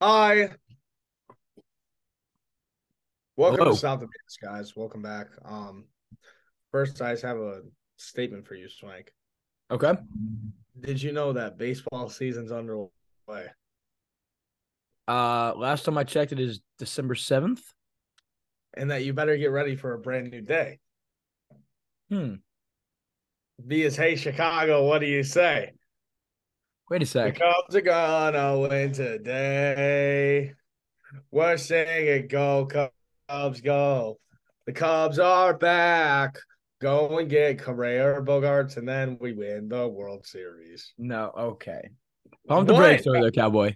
Hi. Welcome Hello. to South of Vegas, guys. Welcome back. Um, first, I just have a statement for you, Swank. Okay. Did you know that baseball season's underway? Uh, last time I checked, it is December seventh. And that you better get ready for a brand new day. Hmm. Be as hey Chicago, what do you say? Wait a The sec. Cubs are gonna win today. We're singing go Cubs go. The Cubs are back. Go and get Correa or Bogarts, and then we win the World Series. No. Okay. Pump the What? brakes over there, cowboy.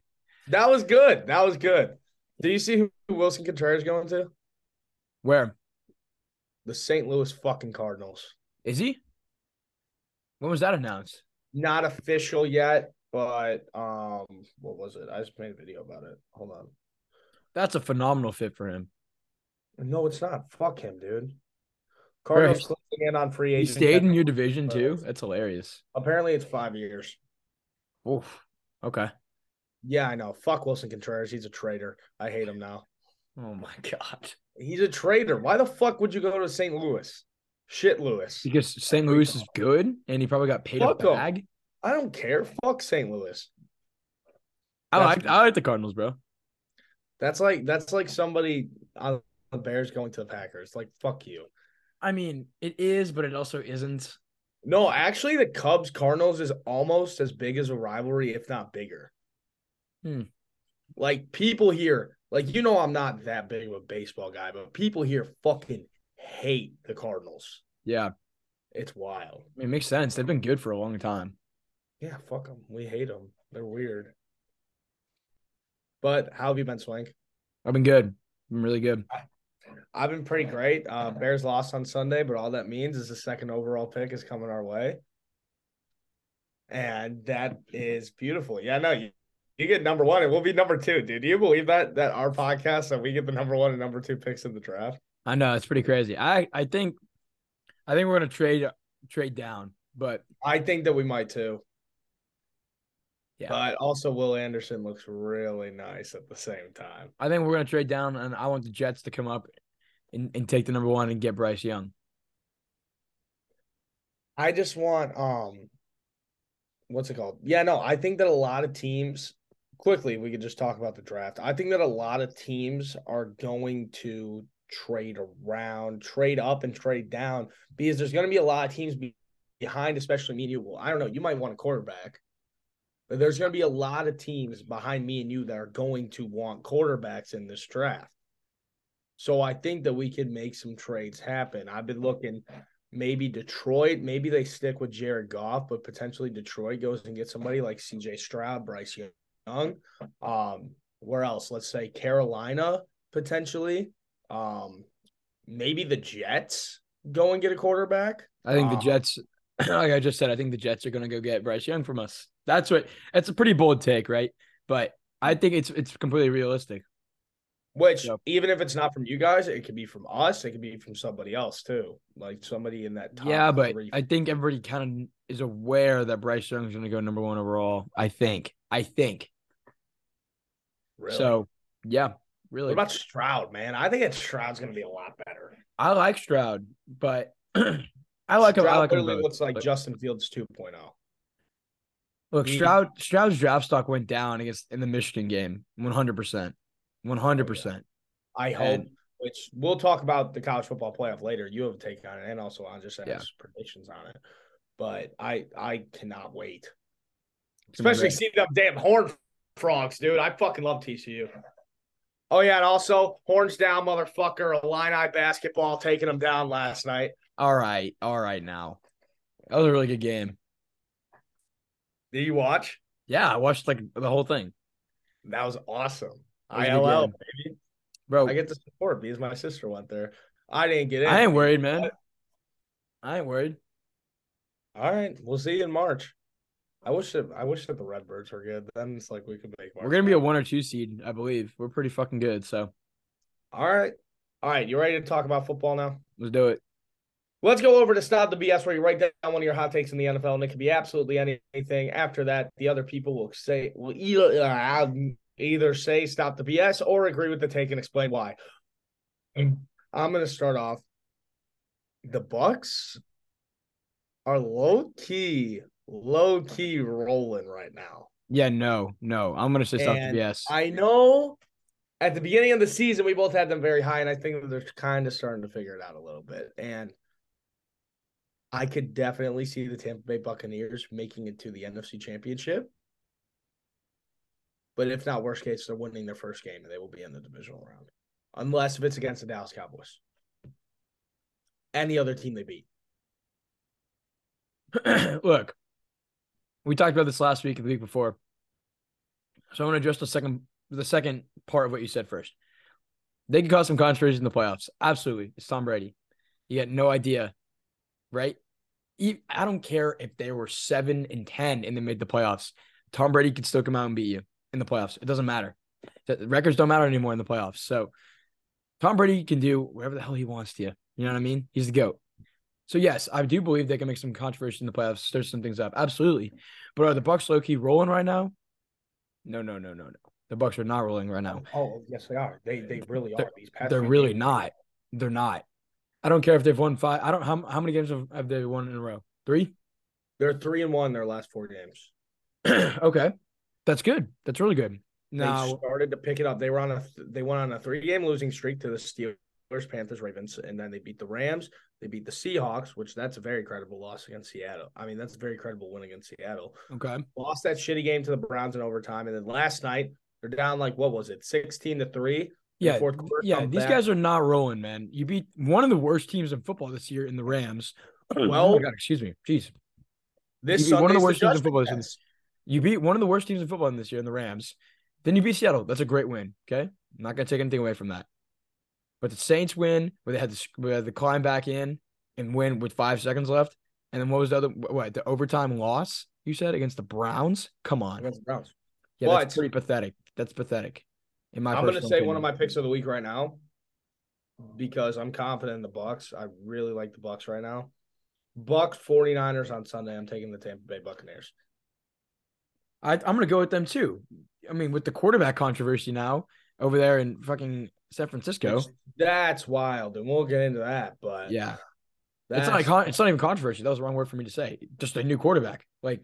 That was good. That was good. Do you see who Wilson Contreras going to? Where The St. Louis fucking Cardinals. is he? When was that announced? Not official yet, but um, what was it? I just made a video about it. Hold on. That's a phenomenal fit for him. No, it's not. Fuck him, dude. Cardinals closing in on free He agent. stayed in deadline. your division too. That's hilarious. Apparently, it's five years. Oof. Okay. Yeah, I know. Fuck Wilson Contreras. He's a traitor. I hate him now. Oh my god. He's a traitor. Why the fuck would you go to St. Louis? Shit, Louis. Because St. Louis is good, and he probably got paid Fuck a 'em. bag. I don't care. Fuck St. Louis. I That's- like I like the Cardinals, bro. That's like that's like somebody on the Bears going to the Packers. Like fuck you. I mean, it is, but it also isn't. No, actually, the Cubs Cardinals is almost as big as a rivalry, if not bigger. Hmm. Like people here, like you know, I'm not that big of a baseball guy, but people here fucking hate the Cardinals. Yeah, It's wild. it makes sense. They've been good for a long time. Yeah, fuck them. We hate them. They're weird. But how have you been, Swank? I've been good. been really good. I've been pretty great. Uh, Bears lost on Sunday, but all that means is the second overall pick is coming our way. And that is beautiful. Yeah, no, you, you get number one, and we'll be number two, dude. Do you believe that? That our podcast that we get the number one and number two picks in the draft? I know it's pretty crazy. I I think I think we're gonna trade trade down, but I think that we might too. Yeah. But also, Will Anderson looks really nice at the same time. I think we're gonna trade down, and I want the Jets to come up and, and take the number one and get Bryce Young. I just want um what's it called? Yeah, no, I think that a lot of teams quickly we could just talk about the draft. I think that a lot of teams are going to trade around, trade up and trade down because there's going to be a lot of teams be- behind especially me and you. Well, I don't know, you might want a quarterback. But there's going to be a lot of teams behind me and you that are going to want quarterbacks in this draft. So I think that we could make some trades happen. I've been looking maybe Detroit, maybe they stick with Jared Goff, but potentially Detroit goes and gets somebody like CJ Stroud, Bryce Young. Um, where else? Let's say Carolina potentially. Um, maybe the Jets go and get a quarterback. I think the Ah. Jets, like I just said, I think the Jets are gonna go get Bryce Young from us. That's what. That's a pretty bold take, right? But I think it's it's completely realistic. Which Yep. even if it's not from you guys, it could be from us, it could be from somebody else too. Like somebody in that top yeah, but three. I think everybody kind of is aware that Bryce Young's gonna go number one overall. I think. I think really. so. Yeah, really. what about Stroud, man? I think that Stroud's gonna be a lot better. I like Stroud, but I like him. I Stroud like him literally both. looks like but- Justin Fields oh. 2.0. Look, he- Stroud Stroud's draft stock went down against in the Michigan game, one hundred percent, Oh, one hundred percent. I hope, And which we'll talk about the college football playoff later. You have a take on it, and also I'll just have Yeah. predictions on it. But I I cannot wait, it's gonna be especially great. seeing them damn Horn Frogs, dude. I fucking love TCU. Oh yeah, and also horns down, motherfucker. Illini basketball taking them down last night. all right, all right. Now that was a really good game. Did you watch? Yeah, I watched like the whole thing, That was awesome. It was a good ILL, game. baby. bro. I I, get the support because my sister went there. I didn't get in. ain't worried, man. I ain't worried. All right, we'll see you in March. I wish that I wish that the Redbirds were good. Then it's like we could make. We're gonna be a one or two seed, I believe. We're pretty fucking good, so All right, all right. You ready to talk about football now? let's do it. Let's go over to stop the BS where you write down one of your hot takes in the NFL, and it could be absolutely anything. After that, the other people will say, "Well, you- uh, Either say stop the BS or agree with the take and explain why. I'm gonna start off. The Bucks are low key, low key rolling right now. Yeah, no, no. I'm gonna say stop And the BS. I know at the beginning of the season we both had them very high, and I think that they're kind of starting to figure it out a little bit. And I could definitely see the Tampa Bay Buccaneers making it to the NFC Championship. But if not, worst case, they're winning their first game and they will be in the divisional round, unless if it's against the Dallas Cowboys. Any other team they beat. Look, we talked about this last week and the week before. So I'm gonna address the second the second part of what you said first. They can cause some controversy in the playoffs. Absolutely. It's Tom Brady. You got no idea, right? E- I don't care if they were seven and ten and they made the playoffs. Tom Brady could still come out and beat you in the playoffs. It doesn't matter. The the records don't matter anymore in the playoffs. So Tom Brady can do whatever the hell he wants to you. You know what I mean? He's the GOAT. So yes, I do believe they can make some controversy in the playoffs, stir some things up. Absolutely. But are the Bucks low key rolling right now? No, no, no, no, no. The Bucks are not rolling right now. Oh, yes, they are. They they really They're- are. These past They're few really games. not. They're not. I don't care if they've won five. I don't how how many games have, have they won in a row? Three? They're three and one in their last four games. okay. That's good. That's really good. they Now started to pick it up. They were on a they went on a three game losing streak to the Steelers, Panthers, Ravens, and then they beat the Rams. They beat the Seahawks, which that's a very credible loss against Seattle. I mean, that's a very credible win against Seattle. okay. Lost that shitty game to the Browns in overtime, and then last night they're down like what was it, sixteen to three? Yeah, fourth quarter, yeah. come These back. guys are not rolling, man. You beat one of the worst teams in football this year in the Rams. oh Well- my God, excuse me, jeez. This You beat one of the Sunday's worst teams in judgment football this year. test. You beat one of the worst teams in football this year in the Rams. Then you beat Seattle. That's a great win. Okay. I'm not going to take anything away from that. But the Saints win where they had to, where they had to climb back in and win with five seconds left. And then what was the other, what, the overtime loss you said against the Browns? Come on. against the Browns. Yeah, that's But- pretty pathetic. That's pathetic. In my I'm going to personal say one of opinion. my picks of the week right now because I'm confident in the Bucks. I really like the Bucks right now. Bucks 49ers on Sunday. I'm taking the Tampa Bay Buccaneers. I, I'm going to go with them too. I mean, with the quarterback controversy now over there in fucking San Francisco. Which- That's wild, and we'll get into that. But Yeah. that's, It's not, like, con- it's not even controversy. That was the wrong word for me to say. Just a new quarterback. Like,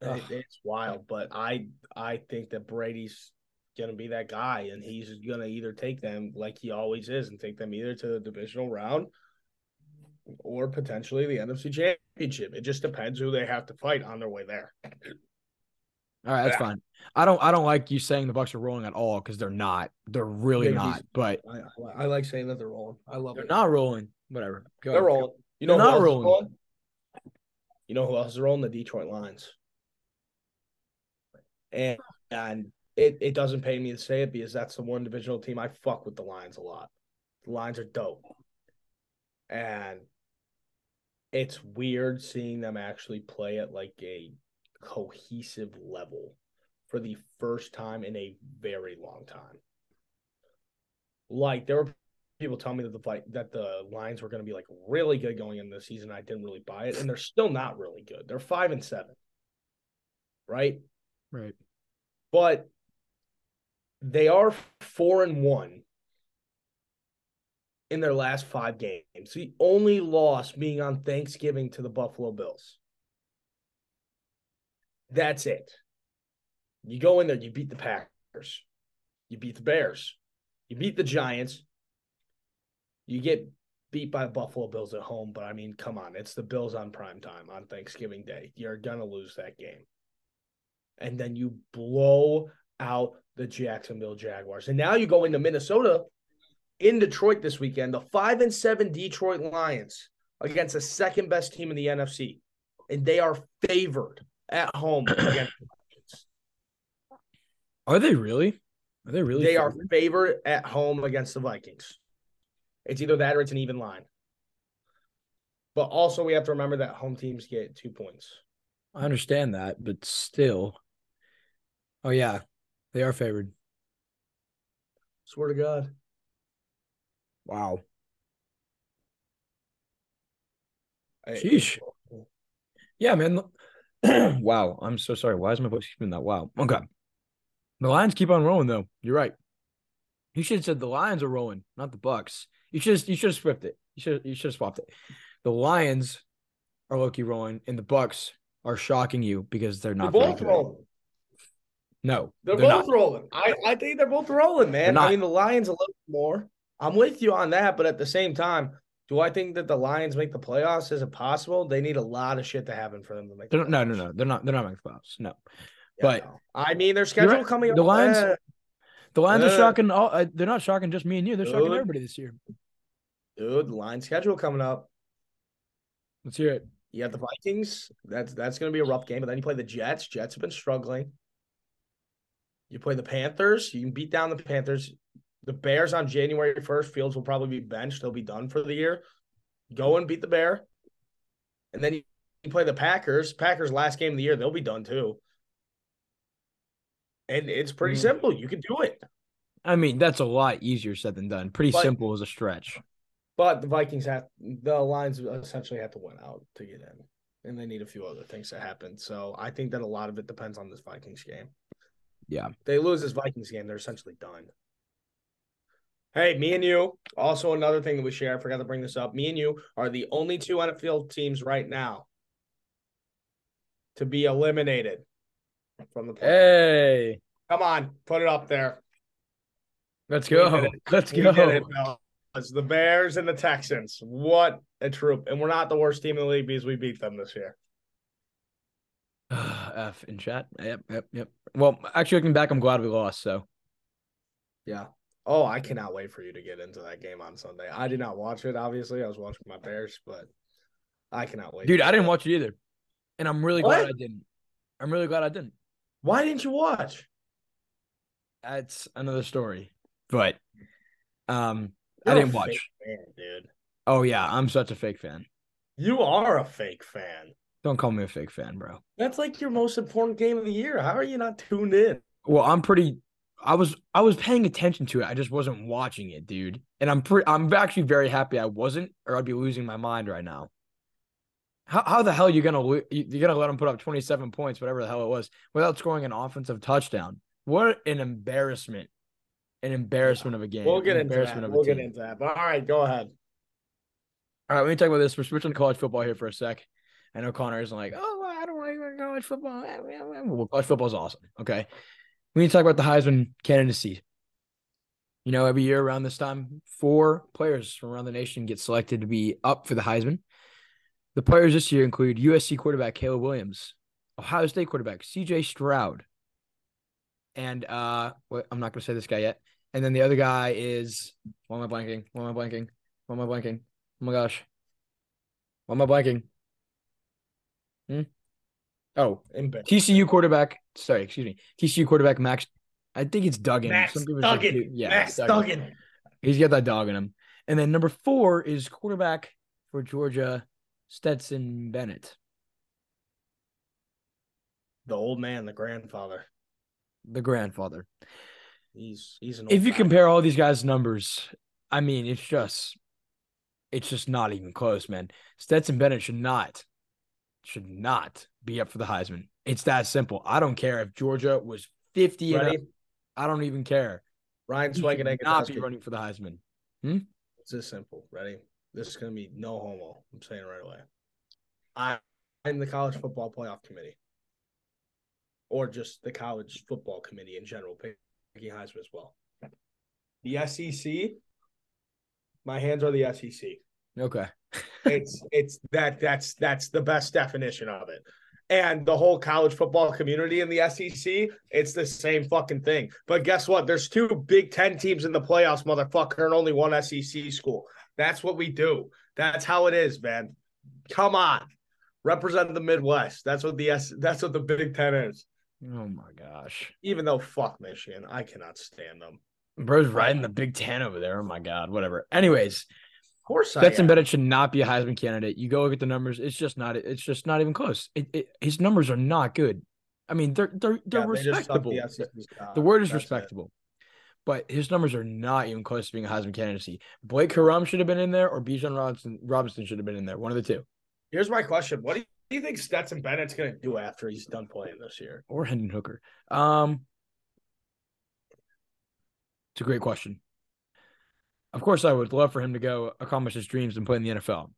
it- it's wild. But I I think that Brady's gonna be that guy, and he's gonna either take them like he always is, and take them either to the divisional round or potentially the NFC Championship. It just depends who they have to fight on their way there. All right, that's Yeah. fine. I don't I don't like you saying the Bucks are rolling at all because they're not. They're really They're not. just- but I, I like saying that they're rolling. I love they're it. not rolling. Whatever. Go They're ahead. rolling. You They're know not who else is rolling. You know who else is rolling? The Detroit Lions. And, and it, it doesn't pay me to say it because that's the one divisional team I fuck with the Lions a lot. The Lions are dope. And it's weird seeing them actually play at like a cohesive level for the first time in a very long time. Like there were people telling me that the fight that the Lions were going to be like really good going into the season. I didn't really buy it, and they're still not really good. They're five and seven, right? Right. But they are four and one in their last five games. The only loss being on Thanksgiving to the Buffalo Bills. That's it. You go in there, you beat the Packers, you beat the Bears, you beat the Giants, you get beat by the Buffalo Bills at home, but I mean, come on, it's the Bills on prime time on Thanksgiving Day. You're gonna lose that game. And then you blow out the Jacksonville Jaguars. And now you go into Minnesota in Detroit this weekend, the five and seven Detroit Lions against the second best team in the NFC. And they are favored at home against the Lions. Are they really? Are they really? They are favored? favored at home against the Vikings. It's either that or it's an even line. But also, we have to remember that home teams get two points. I understand that, but still. Oh yeah. They are favored. Swear to God. Wow. I- Sheesh. Yeah, man. wow. I'm so sorry. Why is my voice keeping that? Wow. Okay. The Lions keep on rolling though. You're right. You should have said the Lions are rolling, not the Bucks. You should you should have flipped it. You should you should have swapped it. The Lions are low key rolling, and the Bucks are shocking you because they're They're not. very both good. rolling. No, They're, not. both rolling. I, I think they're both rolling, man. They're I not. mean, the Lions a little more. I'm with you on that, but at the same time, do I think that the Lions make the playoffs? Is it possible? They need a lot of shit to happen for them to make. They're The not- no, no, playoffs. no. They're not. They're not making the playoffs. No, Yeah, but- no. I mean, their schedule right. coming. The up, Lions- eh, the Lions Uh. are shocking. All uh, they're not shocking just me and you. They're shocking Dude. everybody this year. dude. The Lions schedule coming up. Let's hear it. You have the Vikings. That's that's going to be a rough game. But then you play the Jets. Jets have been struggling. You play the Panthers. You can beat down the Panthers. The Bears on January first. Fields will probably be benched. They'll be done for the year. Go and beat the Bear, and then you, you play the Packers. Packers last game of the year. They'll be done too. And it's pretty Mm. simple. You can do it. I mean, that's a lot easier said than done. Pretty But- simple as a stretch. But the Vikings have the Lions essentially have to win out to get in, and they need a few other things to happen. So I think that a lot of it depends on this Vikings game. Yeah. If they lose this Vikings game, they're essentially done. Hey, me and you. Also, another thing that we share. I forgot to bring this up. Me and you are the only two NFL teams right now to be eliminated from the. playoffs. Hey, Come on, put it up there. let's We did go. it. Let's We go. did it, fellas. The Bears and the Texans. What a troop. And we're not the worst team in the league because we beat them this year. F in chat. Yep, yep, yep. Well, actually, looking back, I'm glad we lost. So Yeah. Oh, I cannot wait for you to get into that game on Sunday. I did not watch it, obviously. I was watching my Bears, but I cannot wait. Dude, I didn't watch it either. And I'm really glad What? I didn't. I'm really glad I didn't. Why didn't you watch? That's another story. But um I You're a didn't watch. fake fan, dude. Oh yeah, I'm such a fake fan. You are a fake fan. Don't call me a fake fan, bro. That's like your most important game of the year. How are you not tuned in? Well, I'm pretty I was I was paying attention to it. I just wasn't watching it, dude. And I'm pretty I'm actually very happy I wasn't or I'd be losing my mind right now. How how the hell are you going to lo- you- you're going to let them put up 27 points whatever the hell it was without scoring an offensive touchdown? What an embarrassment. An embarrassment of a game. We'll get an into embarrassment that. of a We'll get team. into that. But all right, go ahead. All right, let me talk about this. We're switching to college football here for a sec. I know Connor isn't like, oh, I don't want to go to college football. Well, college football's awesome. Okay. We need to talk about the Heisman candidacy. You know, every year around this time, four players from around the nation get selected to be up for the Heisman. The players this year include USC quarterback Caleb Williams, Ohio State quarterback CJ Stroud, and uh, what, I'm not going to say this guy yet. And then the other guy is, why am I blanking? Why am I blanking? Why am I blanking? Oh my gosh. Why am I blanking? Hmm? Oh, Embarrassing. TCU quarterback. Sorry, excuse me. TCU quarterback Max. I think it's Duggan. Max Some people say Duggan. Duke. Yeah, Max Duggan. Duggan. He's got that dog in him. And then number four is quarterback for Georgia, Stetson Bennett, The old man, the grandfather. the grandfather. He's he's an If old you guy. compare all these guys' numbers, I mean, it's just, it's just not even close, man. Stetson Bennett should not, should not be up for the Heisman. It's that simple. I don't care if Georgia was fifty. And Ready? up. I don't even care. Ryan He should Swagger not be running for the Heisman. It's this simple. Ready? This is gonna be no homo. I'm saying it right away. I I'm the college football playoff committee. Or just the college football committee in general, picking Heisman as well. The SEC. My hands are the E SEC. Okay. it's it's that that's that's the best definition of it. And the whole college football community in the SEC, it's the same fucking thing. But guess what? There's two Big Ten teams in the playoffs, motherfucker, and only one SEC school. That's what we do. That's how it is, man. Come on, represent the Midwest. That's what the S. That's what the Big Ten is. Oh my gosh. Even though fuck Michigan, I cannot stand them. Bro's riding the Big Ten over there. Oh my God. Whatever. Anyways, Of course, I Stetson am. Bennett should not be a Heisman candidate. You go look at the numbers. It's just not. It's just not even close. It, it, his numbers are not good. I mean, they're they're they're Yeah, they just suck respectable. the The, SEC's cock. word is That's it. respectable, but his numbers are not even close to being a Heisman candidacy. Blake Haram should have been in there, or Bijan Robinson Robinson should have been in there. One of the two, Here's my question: What do you think Stetson Bennett's going to do after he's done playing this year? or Hendon Hooker. Um, It's a great question. Of course, I would love for him to go accomplish his dreams and play in the NFL.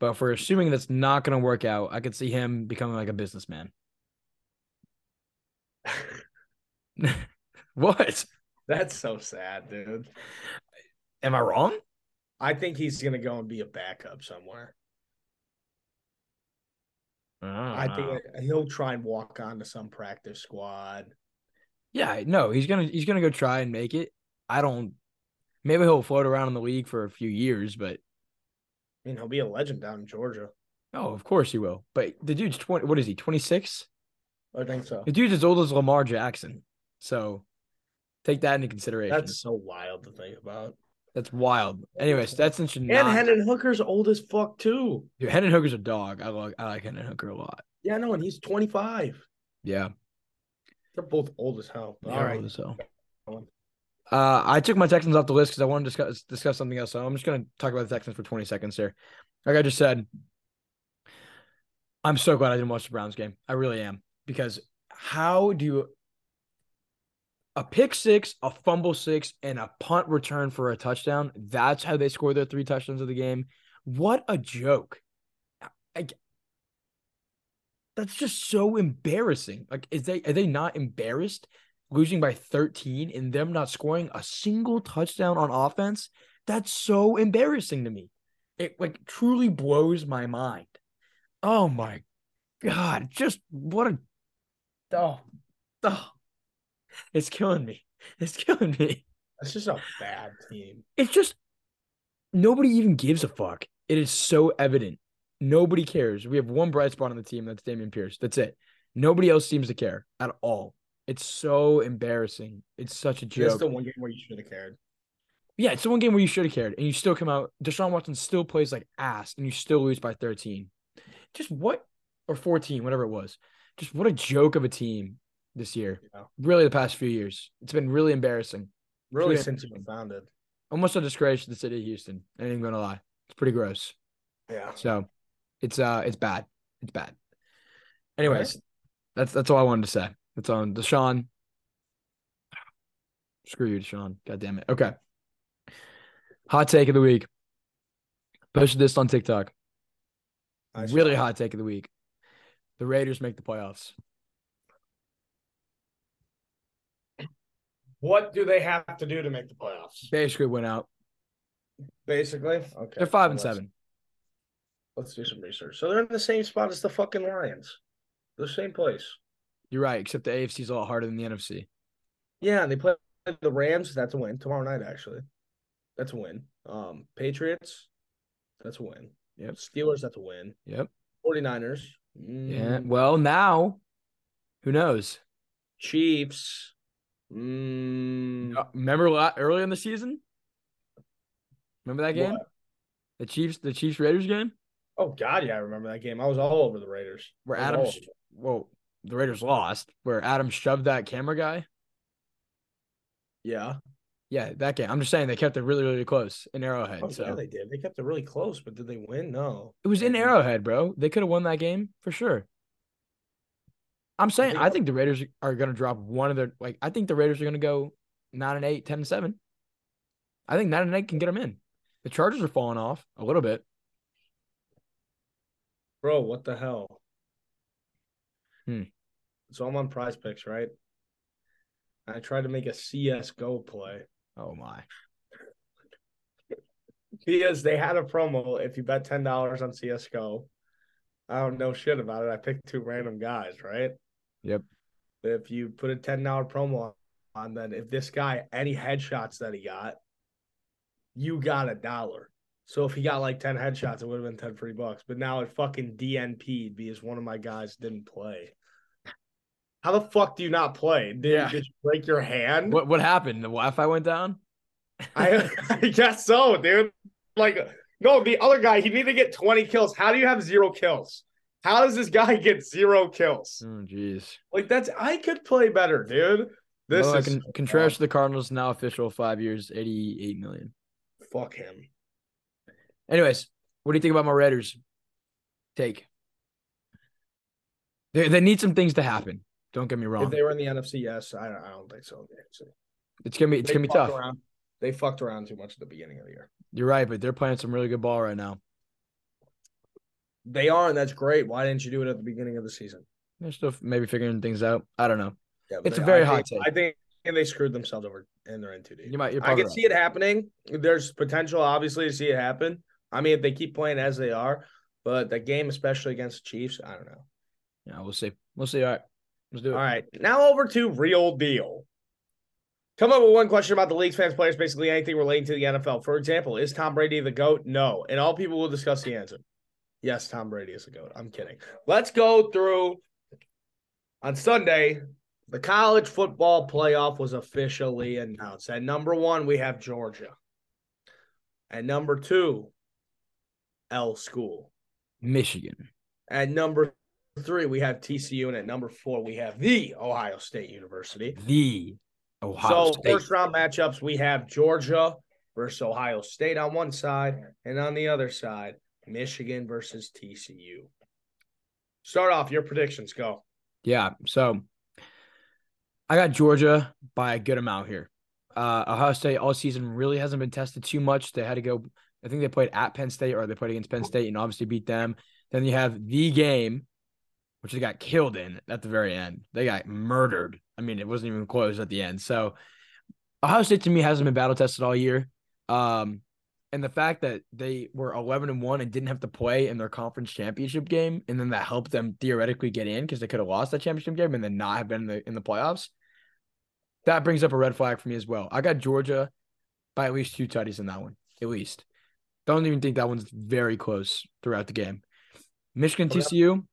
But if we're assuming that's not going to work out, I could see him becoming like a businessman. what? That's so sad, dude. Am I wrong? I think he's gonna go and be a backup somewhere. I think Uh-huh. he'll try and walk onto some practice squad. Yeah, no, he's gonna he's gonna go try and make it. I don't. Maybe he'll float around in the league for a few years, but I mean, he'll be a legend down in Georgia. oh, of course he will. But the dude's twenty. What is he? Twenty six. I think so. The dude's as old as Lamar Jackson. So take that into consideration. That's That's, so wild to think about. wild. Anyway, Stetson should And not. Hendon Hooker's old as fuck too. Dude, Hendon Hooker's a dog. I like I like Hendon Hooker a lot. Yeah, no, and he's 25. Yeah. They're both old as hell. All they're right. old as hell. Go Uh, I took my Texans off the list because I want to discuss discuss something else. So I'm just going to talk about the Texans for 20 seconds here. Like I just said, I'm so glad I didn't watch the Browns game. I really am because how do you a pick six, a fumble six, and a punt return for a touchdown? That's how they score their three touchdowns of the game. What a joke! I- that's just so embarrassing. Like, is they are they not embarrassed? losing by 13 and them not scoring a single touchdown on offense that's so embarrassing to me it like truly blows my mind oh my god just what a oh, oh it's killing me it's killing me That's just a bad team. it's just nobody even gives a fuck it is so evident nobody cares we have one bright spot on the team that's damian pierce that's it nobody else seems to care at all it's so embarrassing it's such a joke This is the one game where you should have cared. yeah, it's the one game where you should have cared, and you still come out. Deshaun Watson still plays like ass, and you still lose by thirteen. Just what or fourteen, whatever it was. Just what a joke of a team this year. You know? Really, the past few years, it's been really embarrassing, Really, Yeah. since you were founded. almost a disgrace to the city of Houston. I ain't gonna lie, it's pretty gross. Yeah. So, it's uh, it's bad. It's bad. Anyways, that's that's all I wanted to say. That's on Deshaun. Screw you, Deshaun. God damn it. Okay. Hot take of the week. Posted this on TikTok. I saw really it. hot take of the week. The Raiders make the playoffs. What do they have to do to make the playoffs? Basically went out. Basically, okay. They're five and Let's- seven. Let's do some research. So they're in the same spot as the fucking Lions, the same place. You're right, except the AFC's a lot harder than the NFC. Yeah, and they play the Rams. That's a win tomorrow night. Actually, that's a win. Um, Patriots. That's a win. Yep. Steelers. That's a win. Yep. 49ers. Yeah. mm, Well, now who knows? Chiefs. Mm, Uh, Remember la- early in the season? Remember that game? what? The Chiefs, the Chiefs Raiders game? Oh God, yeah, I remember that game. I was all over the Raiders. Where I was Adams all over them. well, the Raiders lost, where Adams shoved that camera guy. Yeah. Yeah, that game. I'm just saying they kept it really, really close in Arrowhead. Oh, so yeah, they did. They kept it really close, but did they win? No. It was in Mhm. Arrowhead, bro. They could have won that game for sure. I'm saying think- I think the Raiders are going to drop one of their like I think the Raiders are going to go 9 and 8, 10 and 7. I think 9 and 8 can get them in. The Chargers are falling off a little bit. Bro, what the hell? Hmm. So I'm on prize picks, right? I tried to make a CSGO play Oh my. because they had a promo. If you bet $10 on CSGO, I don't know shit about it. I picked two random guys, right? Yep. If you put a $10 promo on, then if this guy, any headshots that he got, you got a dollar. So if he got like 10 headshots, it would have been 10 free bucks. But now it fucking DNP'd because one of my guys didn't play. How the fuck do you not play? Did, Yeah. did you break your hand? What what happened? The Wi-Fi went down? I, I guess so, dude. Like, no, the other guy, he needed to get 20 kills. How do you have zero kills? How does this guy get zero kills? Oh jeez. Like, that's I could play better, dude. This Well, is Con- Contreras to the Cardinals now official 5 years, 88 million. fuck him. Anyways, what do you think about my Raiders? Take. They they need some things to happen. Don't get me wrong. If they were in the NFC, yes, I, I don't think so. in the NFC. It's gonna be it's They gonna be fucked tough. around- They fucked around too much at the beginning of the year. You're right, but they're playing some really good ball right now. They are, and that's great. Why didn't you do it at the beginning of the season? They're still maybe figuring things out. I don't know. Yeah, It's they- a very I hot think- take. I think and they screwed themselves over, and they're in too deep. You might. You're I probably can right. see it happening. There's potential, obviously, to see it happen. I mean, if they keep playing as they are, but the game, especially against the Chiefs, I don't know. Yeah, we'll see. We'll see. All right, let's do it. All right, now over to real deal. Come up with one question about the league's fans, players, basically anything relating to the NFL. For example, is Tom Brady the GOAT? No. And all people will discuss the answer. Yes, Tom Brady is a GOAT. I'm kidding. Let's go through on Sunday. The college football playoff was officially announced. At number one, we have Georgia. At number two, L School. Michigan. At number three, we have TCU, and at number four, we have the Ohio State University. the Ohio so State. first round matchups, we have Georgia versus Ohio State on one side, and on the other side, Michigan versus TCU. Start off your predictions. Go. Yeah. So I got Georgia by a good amount here. Uh, Ohio State all season really hasn't been tested too much. They had to go, I think they played at Penn State or they played against Penn State and obviously beat them. Then you have the game, which they got killed in at the very end. They got murdered. I mean, it wasn't even close at the end. So Ohio State to me hasn't been battle tested all year. Um, and the fact that they were 11 and 1 and didn't have to play in their conference championship game and then that helped them theoretically get in because they could have lost that championship game and then not have been in the, in the playoffs that brings up a red flag for me as well i got georgia by at least two tutties in that one at least don't even think that one's very close throughout the game michigan Okay. tcu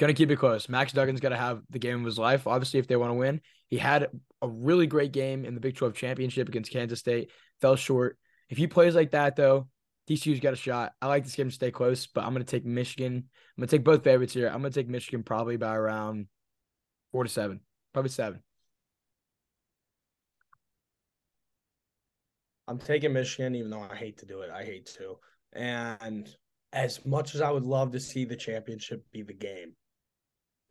gonna keep it close max duggan's gonna have the game of his life obviously if they want to win he had a really great game in the big 12 championship against kansas state fell short if he plays like that though, TCU's got a shot. I like this game to stay close, but I'm gonna take Michigan. I'm gonna take both favorites here. I'm gonna take Michigan probably by around four to seven, probably seven. I'm taking Michigan, even though I hate to do it. I hate to. And as much as I would love to see the championship be the game,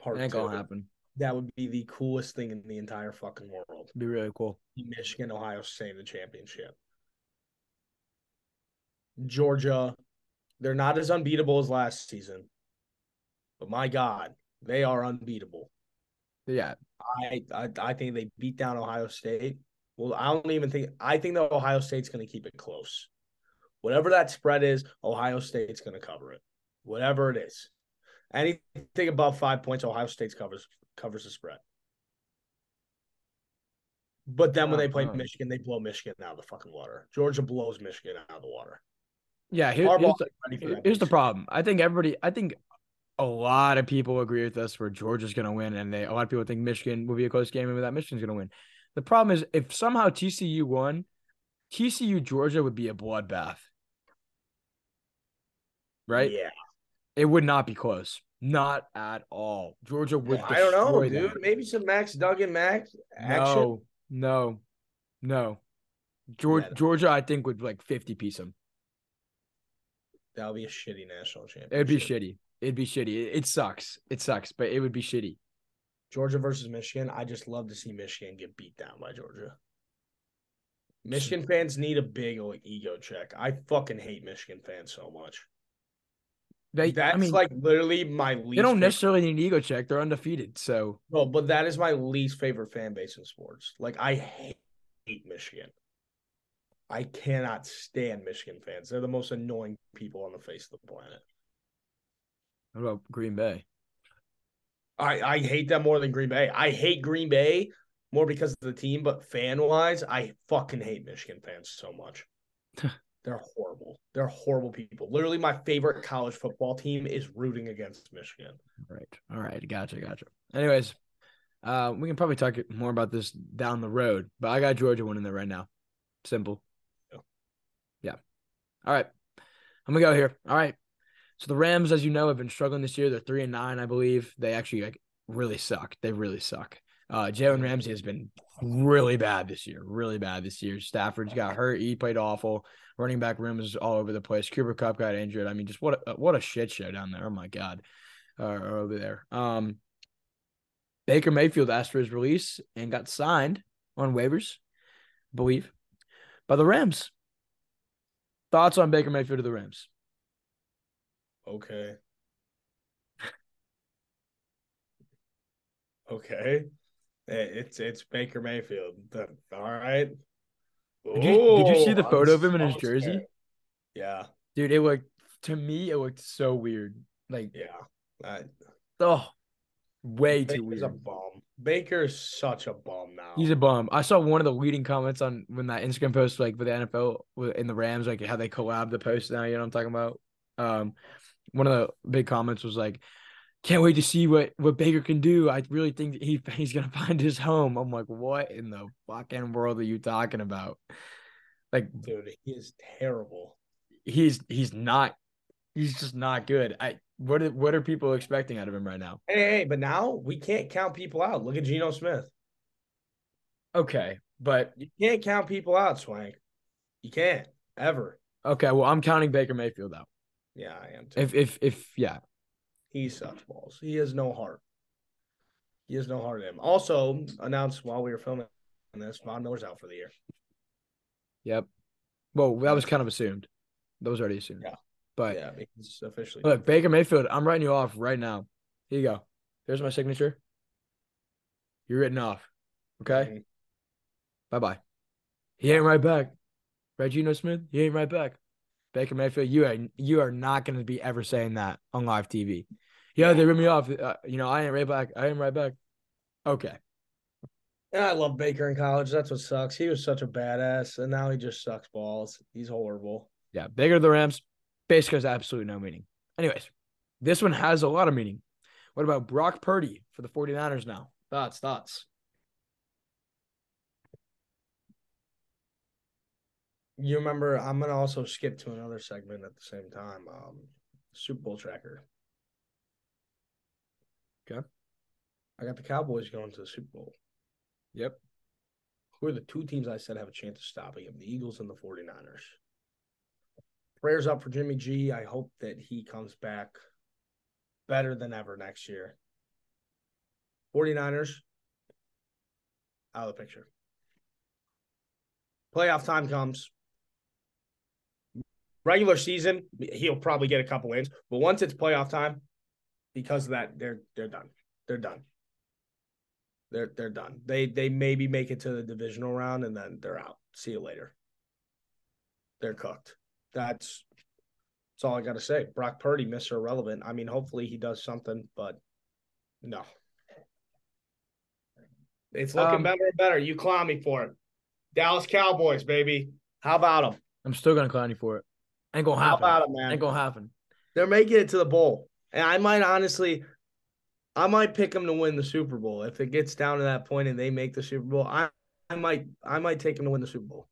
part It ain't gonna two, happen. that would be the coolest thing in the entire fucking world. It'd be really cool. Michigan, Ohio State in the championship. Georgia, they're not as unbeatable as last season, but my God, they are unbeatable. But yeah, I I, I think they beat down Ohio State. Well, I don't even think I think that Ohio State's going to keep it close. Whatever that spread is, Ohio State's going to cover it. Whatever it is, anything above five points, Ohio State's covers covers the spread. But then when they play Uh-huh. Michigan, they blow Michigan out of the fucking water. Georgia blows Michigan out of the water. yeah. Here, Harbaugh here's, the, is ready for here- that here's the bitch. problem. I think everybody. I think a lot of people agree with us where Georgia's gonna win, and they a lot of people think Michigan will be a close game, and that Michigan's gonna win. The problem is if somehow TCU won, TCU Georgia would be a bloodbath, right? Yeah, It would not be close. Not at all. Georgia would. I don't know, destroy dude. them. Maybe some Max Duggan, Max action. No, no, no. Georgia, Yeah. Georgia, I think would like fifty piece them. That would be a shitty national championship. It'd be shitty. It'd be shitty. It, it sucks. It sucks, but it would be shitty. Georgia versus Michigan. I just love to see Michigan get beat down by Georgia. Michigan fans need a big old ego check. I fucking hate Michigan fans so much. They, That's I mean, like literally my least. they don't favorite- necessarily need an ego check. They're undefeated, so No, but that is my least favorite fan base in sports. Like I hate, hate Michigan. I cannot stand Michigan fans. They're the most annoying people on the face of the planet. what about Green Bay? I, I hate them more than Green Bay. I hate Green Bay more because of the team, but fan wise, I fucking hate Michigan fans so much. They're horrible. They're horrible people. Literally, my favorite college football team is rooting against Michigan. All right, all right, gotcha, gotcha. Anyways, uh, we can probably talk more about this down the road, but I got Georgia winning there right now. Simple. Yeah. Yeah. All right. I'm gonna go here. All right. So the Rams, as you know, have been struggling this year. They're three and nine, I believe. They actually like really suck. They really suck. Uh, Jalen Ramsey has been really bad this year. Really bad this year. Stafford's got hurt. He played awful. Running back room is all over the place. Cooper Cup got injured. I mean, just what a, what a shit show down there. Oh my god, uh, or over there. Um, Baker Mayfield asked for his release and got signed on waivers, I believe, by the Rams. Thoughts on Baker Mayfield to the Rams? Okay. Okay. Eh, It's it's Baker Mayfield. The- All right. Did you- did you see Ooh, the I'm photo of s- him in his I'm jersey? scared. Yeah, Dude, it looked to me, it looked so weird. Like, yeah. I, oh, way too Baker's weird. a bum. Baker's such a bum now. He's a bum. I saw one of the leading comments on when that Instagram post, like with the NFL with- in the Rams, like how they collab the post now. You know what I'm talking about? Um, one of the big comments was like, "Can't wait to see what what Baker can do." I really think he he's gonna find his home. I'm like, what in the fucking world are you talking about? Like Dude, he is terrible. he's he's not he's just not good. I what are, what are people expecting out of him right now? Hey, hey, but now we can't count people out. Look at Geno Smith. Okay, but You can't count people out, Swank. You can't ever. okay, well I'm counting Baker Mayfield out. Yeah, I am too. If if if yeah, He sucks balls. He has no heart. He has no heart in him. Also announced while we were filming this, Von Miller's out for the year. Yep. Well, that was kind of assumed. That was already assumed. Yeah. But yeah, he's officially. look, Baker Mayfield, I'm writing you off right now. Here you go. There's my signature. You're written off. Okay. Mhm. Bye bye. He ain't right back. Regino Smith, he ain't right back. Baker Mayfield, you are you are not going to be ever saying that on live TV. Yeah, they ripped me off. Uh, you know, I ain't right back. I ain't right back. Okay. And I love Baker in college. That's what sucks. He was such a badass, and now he just sucks balls. He's horrible. Yeah, bigger the Rams, basically has absolutely no meaning. Anyways, this one has a lot of meaning. What about Brock Purdy for the 49ers now? Thoughts, thoughts. You remember? I'm gonna also skip to another segment at the same time. Um, Super Bowl tracker. Okay. I got the Cowboys going to the Super Bowl. Yep. Who are the two teams I said have a chance of stopping him? The Eagles and the 49ers. Prayers up for Jimmy G. I hope that he comes back better than ever next year. 49ers out of the picture. Playoff time comes. Regular season, he'll probably get a couple wins, but once it's playoff time, because of that, they're they're done. They're done they're they're done. They they maybe make it to the divisional round and then they're out. See you later. They're cooked. That's that's all I gotta say. Brock Purdy, Mr. Irrelevant. I mean, hopefully he does something, but no. It's looking Um, better and better. You clown me for it. Dallas Cowboys, baby. How about them? I'm still gonna clown you for it. Ain't gonna How happen. about them, man? Ain't gonna happen. They're making it to the bowl. And I might honestly, I might pick them to win the Super Bowl. If it gets down to that point and they make the Super Bowl, I, I might I might take them to win the Super Bowl.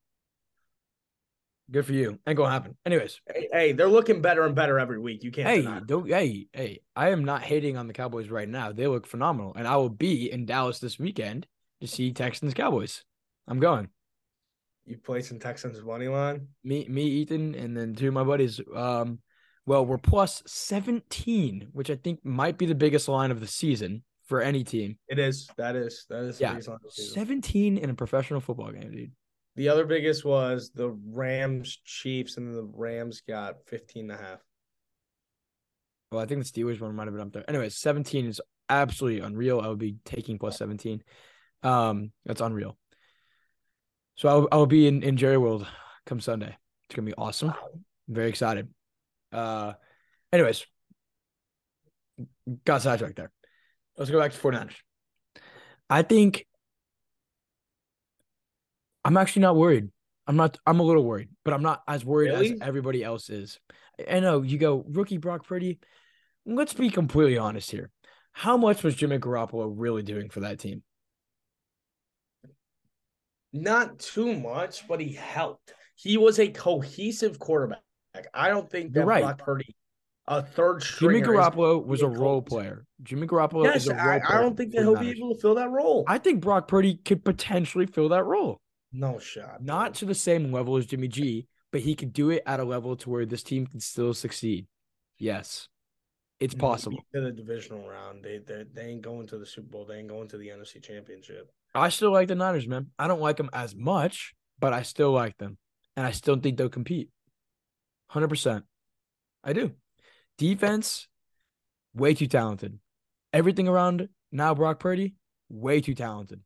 Good for you. Ain't gonna happen. Anyways, Hey, hey, they're looking better and better every week. You can't. hey, deny it. don't hey, hey. I am not hating on the Cowboys right now. They look phenomenal. And I will be in Dallas this weekend to see Texans Cowboys. I'm going. You play some Texans money line. me, me, Ethan, and then two of my buddies. Um, well, we're plus seventeen, which I think might be the biggest line of the season for any team. It is. That is. That is. the Yeah. biggest line of the season. Seventeen in a professional football game, dude. The other biggest was the Rams Chiefs, and the Rams got 15 and a half. Well, I think the Steelers one might have been up there. Anyway, seventeen is absolutely unreal. I would be taking plus seventeen. Um, that's unreal. So I'll I'll be in in Jerry World come Sunday. It's gonna be awesome. I'm very excited. Uh, anyways, got sidetracked there. Let's go back to 49ers. I think I'm actually not worried. I'm not, I'm a little worried, but I'm not as worried as Really? everybody else is. I- I know you go rookie Brock Purdy. Let's be completely honest here. How much was Jimmy Garoppolo really doing for that team? Not too much, but he helped. He was a cohesive quarterback. I don't think that You're right. Brock Purdy, a third Jimmy stringer. is- Garoppolo was be a a role coach. player. Jimmy Garoppolo yes, is a role I, player. I don't think that he'll be 49ers. able to fill that role. I think Brock Purdy could potentially fill that role. no shot. not dude. to the same level as Jimmy G, but he could do it at a level to where this team can still succeed. Yes, it's Maybe possible. To the divisional round, they, they they ain't going to the Super Bowl. They ain't going to the NFC Championship. I still like the Niners, man. I don't like them as much, but I still like them, and I still think they'll compete. Hundred percent, I do. Defense, way too talented. Everything around now Brock Purdy, way too talented.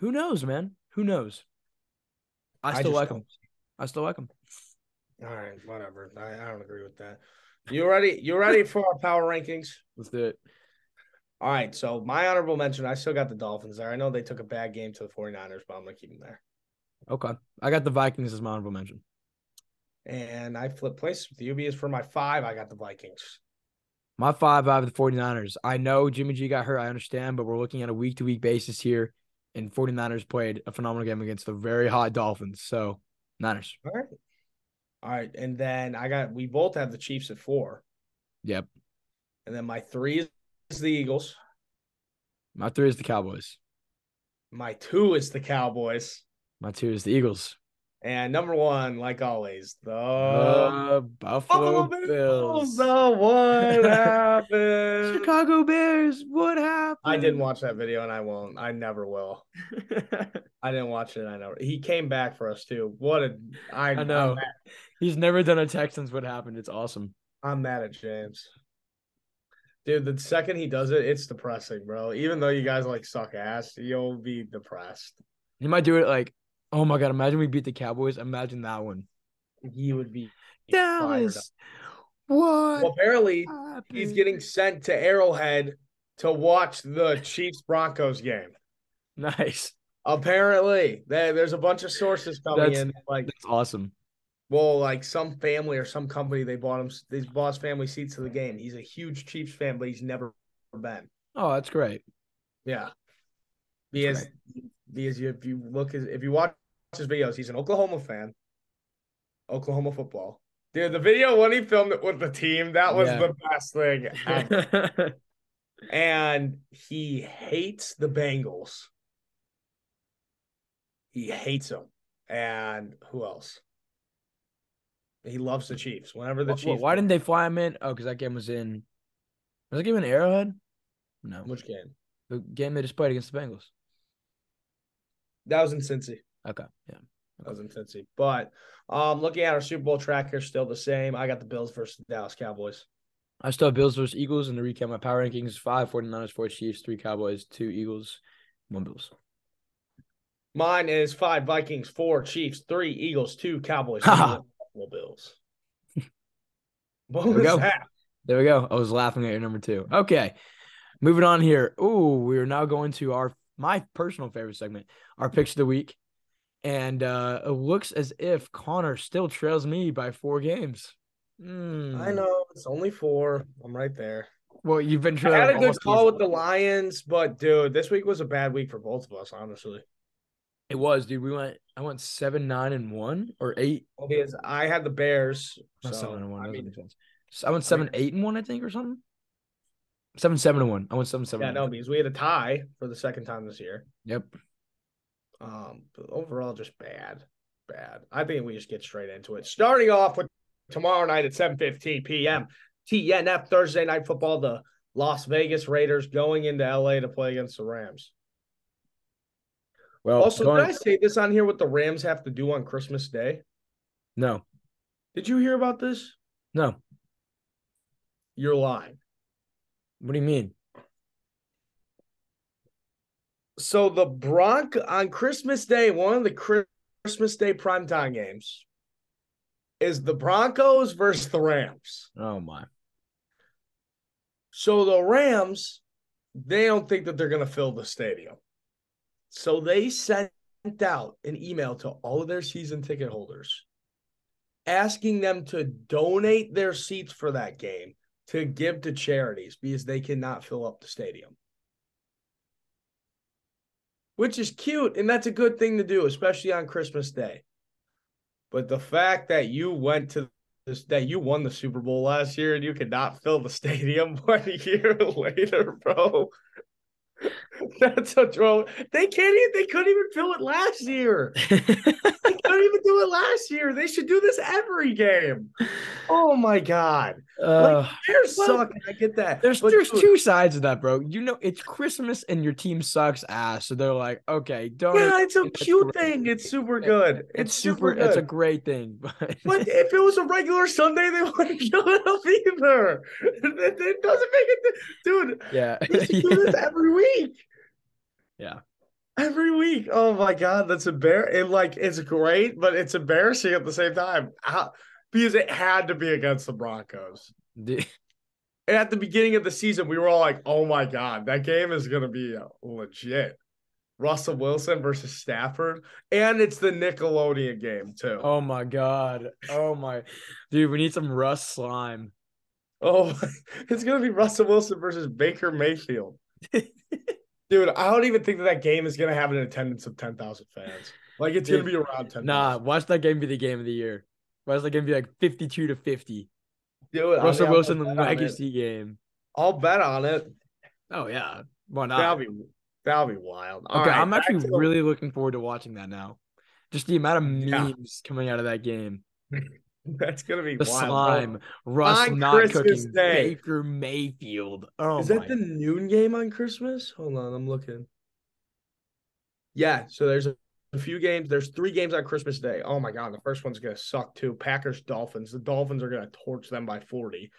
Who knows, man? Who knows? I still just like don't. them. I still like them. All right, whatever. I, I don't agree with that. You ready? You ready for our power rankings? Let's do it. All right. So my honorable mention, I still got the Dolphins there. I know they took a bad game to the 49ers, but I'm gonna keep them there. Okay, I got the Vikings as my honorable mention. And I flip places with you because for my five, I got the Vikings. My five out of the 49ers. I know Jimmy G got hurt. I understand, but we're looking at a week to week basis here. And 49ers played a phenomenal game against the very hot Dolphins. So, Niners. All right. All right. And then I got we both have the Chiefs at four. Yep. And then my three is the Eagles. My three is the Cowboys. My two is the Cowboys. My two is the Eagles. And number one, like always, the The Uh, Buffalo, Bills. The what happened? Chicago Bears. What happened? I didn't watch that video and I won't. I never will. I didn't watch it. I know he came back for us too. What a I, I know. I'm mad, He's never done a Texans. What happened? It's awesome. I'm mad at James. Dude, the second he does it, it's depressing, bro. Even though you guys like suck ass, you'll be depressed. He might do it like, oh my God, imagine we beat the Cowboys. Imagine that one. He would be fired up. Dallas. What? Well, apparently he's getting sent to Arrowhead to watch the Chiefs Broncos game. nice. Apparently, there, there's a bunch of sources coming That's- in like That's awesome. Well, like some family or some company, they bought him. They bought his family seats to the game. He's a huge Chiefs fan, but he's never been. Oh, that's great. Yeah, because because you, if you look his- if you watch his videos, he's an Oklahoma fan. Oklahoma football, dude. The video when he filmed it with the team, that was Yeah. the best thing. ever. and he hates the Bengals. He hates them. And who else? He loves the Chiefs. Whenever the Wh- wh- Chiefs, why didn't they fly him in? Oh, because that game was in. Was that game in Arrowhead? No, Which game? the game they just played against the Bengals. That was in Cincy. Okay, yeah. That was in Cincy. But um, looking at our Super Bowl tracker, still the same. I got the Bills versus the Dallas Cowboys. I still have Bills versus Eagles in the recap. My power rankings: five 49ers, four Chiefs, three Cowboys, two Eagles, one Bills. Mine is five Vikings, four Chiefs, three Eagles, two Cowboys, Ha two ha. Buffalo Bills. What There we was go. that? There we go. I was laughing at your number two. Okay, moving on here. Ooh, we are now going to our my personal favorite segment, our picks of the week, and uh it looks as if Connor still trails me by four games. I Mm. know it's only four. I'm right there. Well, you've been I trailing. had a all good call season. with the Lions, but dude, this week was a bad week for both of us, honestly. It was, dude. We went. I went seven, nine, and one, or eight. Well, Because I had the Bears. Not so, seven and I one. that doesn't mean, make sense. So I went seven, eight, and one. I think, or something. Seven, seven, and one. I went seven, seven. yeah, and no, one. because we had a tie for the second time this year. Yep. Um, but overall, just bad, bad. I think we just get straight into it. Starting off with tomorrow night at 7:15 p.m. TNF Thursday Night Football. The Las Vegas Raiders going into LA to play against the Rams. Well, Also, going- did I say this on here? What the Rams have to do on Christmas Day? no, Did you hear about this? no. You're lying. What do you mean? So the Bronc on Christmas Day, one of the Chri- Christmas Day primetime games is the Broncos versus the Rams. Oh my. So the Rams, they don't think that they're going to fill the stadium. So they sent out an email to all of their season ticket holders asking them to donate their seats for that game to give to charities because they cannot fill up the stadium. Which is cute and that's a good thing to do especially on Christmas Day. But the fact that you went to this that you won the Super Bowl last year and you could not fill the stadium one year later, bro. That's a throw. They can't even they couldn't even fill it last year. They couldn't even do do it last year. They should do this every game. Oh my god. Uh, Bears Well, suck. and I get that. there's But there's dude, two sides of that, bro. You know, it's Christmas and your team sucks ass, so they're like, okay, don't. Yeah, it's a It's cute great. thing. It's super good. It's, it's super. super. It's a good. great thing, but But if it was a regular Sunday, they wouldn't show it up either. It, it doesn't make it, dude. yeah, They should do this every week. Yeah. Every week. Oh my god, that's a bear. It like it's great, but it's embarrassing at the same time. How- because it had to be against the Broncos. Yeah. And at the beginning of the season, we were all like, "Oh my god, that game is gonna be uh, legit." Russell Wilson versus Stafford, and it's the Nickelodeon game too. Oh, Oh my god. Oh my dude, we need some Russ slime. Oh, it's gonna be Russell Wilson versus Baker Mayfield. Dude, I don't even think that that game is gonna have an attendance of ten thousand fans. Like it's gonna Dude, be around ten. Nah, watch that game be the game of the year. Watch that game be like 52 to 50. Dude, I Russell mean, I'll Wilson the bet on it. legacy game. I'll bet on it. Oh yeah. Why not? That'll be that'll be wild. All okay, right, I'm back actually to the- really looking forward to watching that now. Just the amount of memes coming out of that game. that's gonna be The wild. slime, Russ On not Christmas cooking, Day. Baker Mayfield. Oh Is my- that the noon game on Christmas? Hold on, I'm looking. Yeah, so there's a a few games. There's three games on Christmas Day. Oh my god, the first one's gonna suck too. Packers Dolphins. The Dolphins are gonna torch them by 40.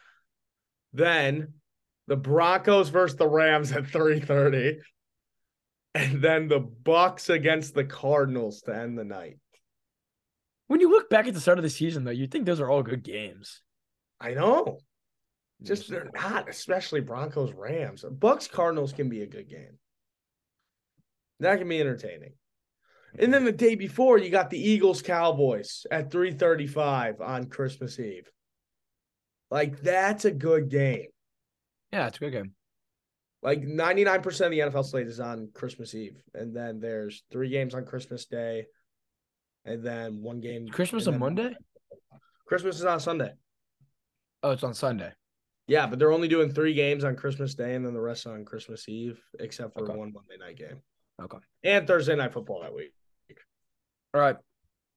Then the Broncos versus the Rams at 3:30. And then the Bucks against the Cardinals to end the night. when you look back at the start of the season though, you think those are all good games. I know. Just they're not, especially Broncos Rams. Bucks Cardinals can be a good game. That can be entertaining. And then the day before, you got the Eagles Cowboys at 335 on Christmas Eve. Like that's a good game. Yeah, it's a good game. Like 99% of the NFL slate is on Christmas Eve. And then there's three games on Christmas Day. And then one game. Christmas and on then- Monday? Christmas is on Sunday. Oh, it's on Sunday. Yeah, but they're only doing three games on Christmas Day and then the rest on Christmas Eve, except for Okay. one Monday night game. Okay. And Thursday night football that week. All right.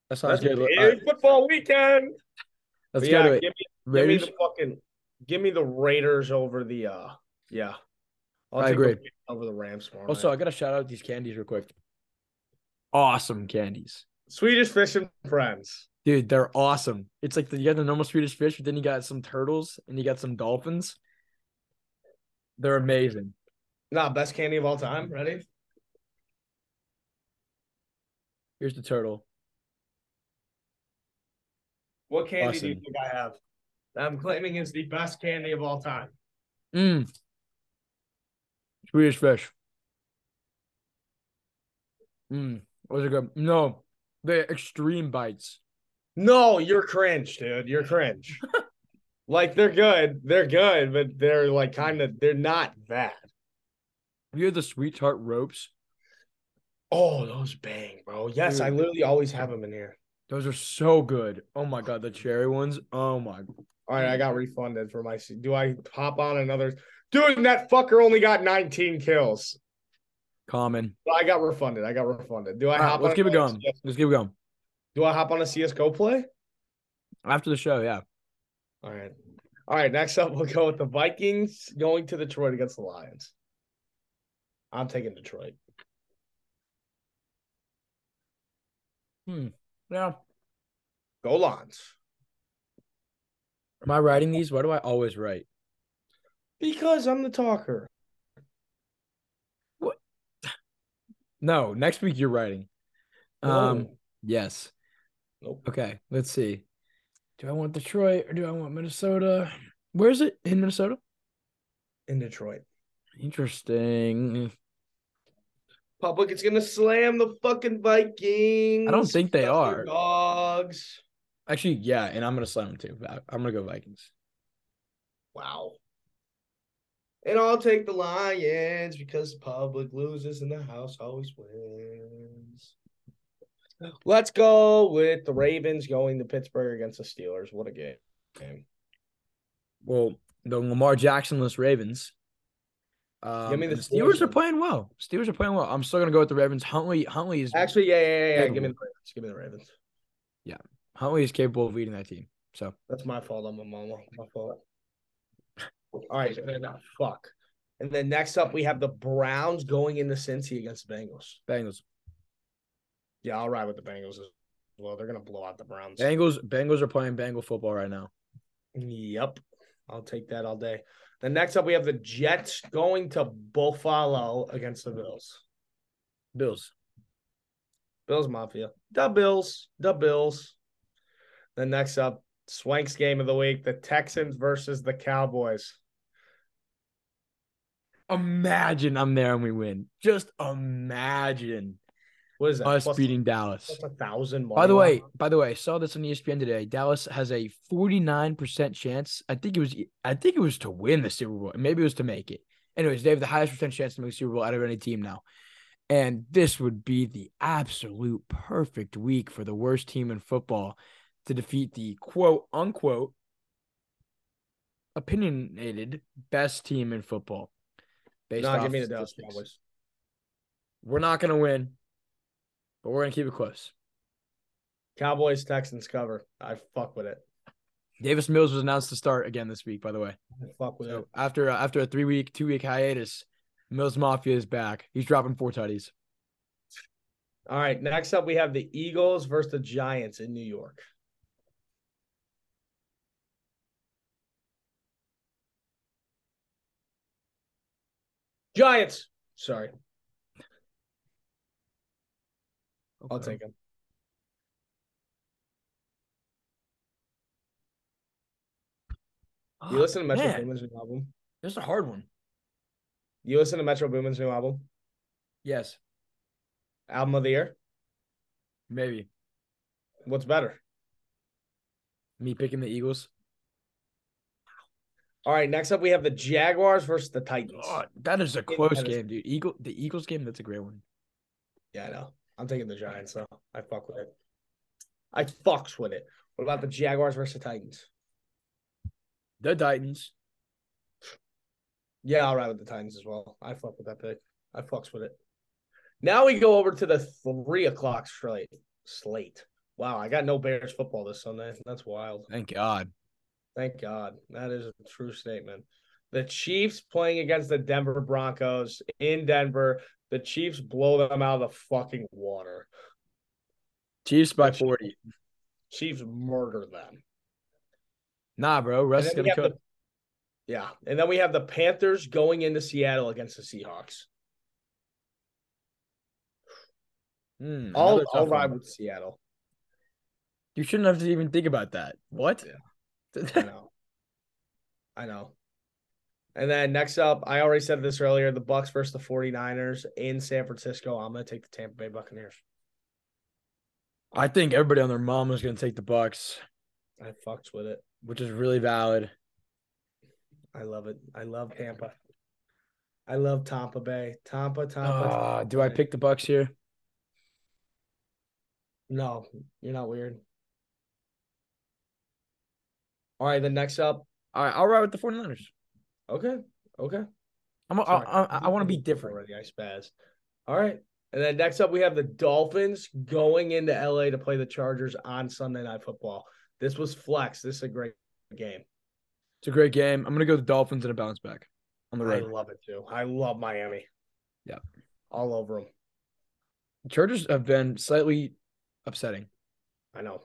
That sounds That's good. big All right, football weekend. But Let's go yeah, to it. give me, give me Raiders. the fucking give me the Raiders over the uh yeah. I'll I take the agree. Raiders over the Rams tomorrow. Also, night. I gotta shout out these candies real quick. Awesome candies. Swedish fish and friends. Dude, they're awesome. It's like the, you got the normal Swedish fish, but then you got some turtles and you got some dolphins. They're amazing. Nah, best candy of all time. Ready? Here's the turtle. What candy do you Awesome. think I have? I'm claiming is the best candy of all time. Mm. Swedish fish. Mm. Was it good? No, they're extreme bites. No, you're cringe, dude. You're cringe. like they're good. They're good, but they're like kind of they're not that. You had the sweetheart ropes. Oh, those bang, bro. Yes, I Dude. literally always have them in here. Those are so good. Oh my god, the cherry ones. Oh my All right, I got refunded for my se- do I pop on another dude that fucker only got 19 kills. common. But I got refunded. I got refunded. Do I All right, hop let's on keep it another going. CS Let's keep it going. Do I hop on a CSGO play? After the show, yeah. All right. All right, next up we'll go with the Vikings going to Detroit against the Lions. I'm taking Detroit. Yeah. Go Lions. Am I writing these? Why do I always write? Because I'm the talker. No, next week you're writing. Um, Whoa. yes. Oh, Nope. Okay, let's see. Do I want Detroit or do I want Minnesota? Where is it in Minnesota? in Detroit. Interesting. Public is gonna slam the fucking Vikings. I don't think they are. dogs. Actually, yeah, and I'm gonna slam them too. I- I'm gonna go Vikings. Wow. And I'll take the Lions because the public loses and the house always wins. Let's go with the Ravens going to Pittsburgh against the Steelers. What a game. game. Well, the Lamar Jacksonless Ravens. Um, me and the the Steelers Steelers are one. playing well. Steelers are playing well. I'm still gonna go with the Ravens. Huntley, Huntley is Actually, yeah, yeah, yeah, yeah. Terrible. Give me the Ravens. Give me the Ravens. Huntley is capable of leading that team. So That's my fault. I'm a mama. My fault. All right. ah, Fuck. And then next up, we have the Browns going into Cincy against the Bengals. Bengals, Yeah, I'll ride with the Bengals as well. They're gonna blow out the Browns. Bengals, Bengals are playing Bengal football right now. Yep. I'll take that all day. Then next up, we have the Jets going to Buffalo against the Bills. Bills, Bills Mafia. The Bills. The Bills. Then next up, Swanks game of the week: the Texans versus the Cowboys. imagine I'm there and we win. Just imagine What is that? us Plus- beating Dallas. plus a thousand. By money the line? way, by the way, I saw this on E ESPN today. Dallas has a 49% chance. I think it was I think it was to win the Super Bowl. Maybe it was to make it. Anyways, they have the highest percent chance to make the Super Bowl out of any team now. And this would be the absolute perfect week for the worst team in football to defeat the quote unquote opinionated best team in football. Based nah, off give me the Dallas statistics. Cowboys. We're not gonna win, but we're gonna keep it close. Cowboys Texans cover. I fuck with it. Davis Mills was announced to start again this week, by the way. I fuck with it. So after uh, after a three week, two week hiatus, Mills Mafia is back. He's dropping four tutties. All right. Next up, we have the Eagles versus the Giants in New York. Giants. Sorry, I'll take them. You listen to Metro Oh, Man, Boomin's new album? Ah, that's a hard one. You listen to Metro Boomin's new album? Yes, Album of the year? maybe What's better? me picking the Eagles. All right. Next up, we have the Jaguars versus the Titans. God, that is a Yeah, close that is- game, dude. Eagle, the Eagles game. That's a great one. Yeah, I know. I'm taking the Giants, though. I fuck with it. I fucks with it. What about the Jaguars versus the Titans? The Titans. Yeah, I'll ride with the Titans as well. I fuck with that pick. I fucks with it. Now we go over to the three o'clock slate. Slate. Wow, I got no Bears football this Sunday. That's wild. Thank God. Thank God. That is a true statement. The Chiefs playing against the Denver Broncos in Denver. The Chiefs blow them out of the fucking water. Chiefs by forty. Chiefs murder them. Nah, bro. And Russ is then we gonna have cook. the- yeah, and then we have the Panthers going into Seattle against the Seahawks. Mm, I'll, another I'll tough one. ride with Seattle. You shouldn't have to even think about that. What? I know. I know. And then next up, I already said this earlier, the Bucks versus the 49ers in San Francisco. I'm going to take the Tampa Bay Buccaneers. I think everybody on their mom is gonna take the Bucks, I fucked with it. which is really valid. I love it. I love Tampa. I love Tampa Bay. Tampa, Tampa. Uh, do I Bay. pick the Bucks here? No, you're not weird. All right, then next up. All right, I'll ride with the 49ers. Okay. Okay. I'm, I, Sorry. I, I want to be different. Already, I spazzed. All right. And then next up, we have the Dolphins going into LA to play the Chargers on Sunday Night Football. This was flex. This is a great game. It's a great game. I'm gonna go with the Dolphins and a bounce back on the I road. love it too. I love Miami. Yep. All over them. Chargers have been slightly upsetting. I know.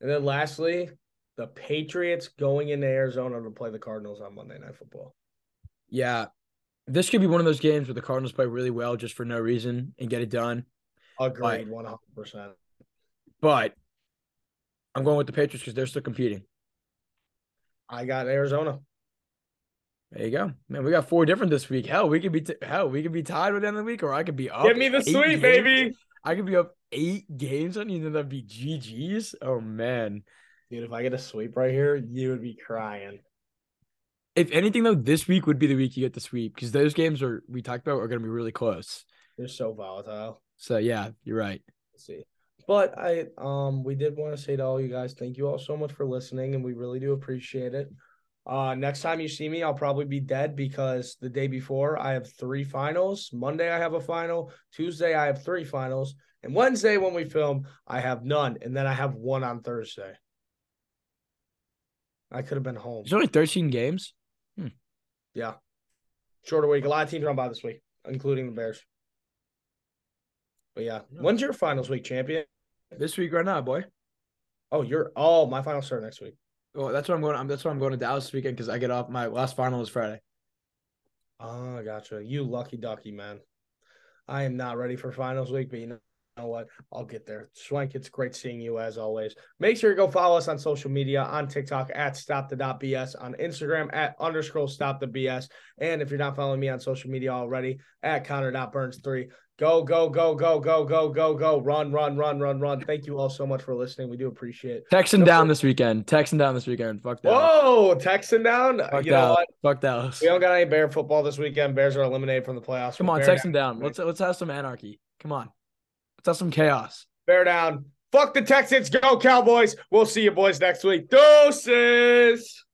And then lastly, the Patriots going into Arizona to play the Cardinals on Monday Night Football. Yeah, this could be one of those games where the Cardinals play really well just for no reason and get it done. Agreed, 100%. But I'm going with the Patriots because they're still competing. I got Arizona. There you go, man. We got four different this week. Hell, we could be t- hell, we could be tied with the end of the week, or I could be up. Give me the eight sweep, games. baby. I could be up eight games on you, and then that'd be GGs. Oh man. Dude, if I get a sweep right here, you would be crying. If anything though, this week would be the week you get the sweep because those games are we talked about are going to be really close. They're so volatile. So yeah, you're right. Let's see. But I um we did want to say to all you guys, thank you all so much for listening, and we really do appreciate it. Uh next time you see me, I'll probably be dead because the day before I have three finals. Monday I have a final, Tuesday I have three finals, And Wednesday when we film, I have none, and then I have one on Thursday. I could have been home. There's only 13 games. Shorter week. A lot of teams are on by this week, including the Bears. But yeah, when's your finals week, champion? This week right now, boy. Oh, you're oh my finals start next week. Well, that's what I'm going. I'm, that's what I'm going to Dallas this weekend because I get off. My last final is Friday. Ah, gotcha. You lucky ducky, man. I am not ready for finals week, but you know, you know what? I'll get there. Schwenk, it's great seeing you as always. Make sure you go follow us on social media on TikTok at stop the dot BS, on Instagram at underscore stop the BS. And if you're not following me on social media already, at Connor.burns3. Go, go, go, go, go, go, go, go. Run, run, run, run, run. Thank you all so much for listening. We do appreciate it. Texan Don't down forget- this weekend. Texan down this weekend. Fuck that. Whoa, Texan down. Fuck You know Dallas. what? Fuck Dallas. We don't got any bear football this weekend. Bears are eliminated from the playoffs. Come on, Bear Texan down. man. Let's let's have some anarchy. Come on. Let's have some chaos. Bear down. Fuck the Texans. Go Cowboys. We'll see you boys next week. Doses.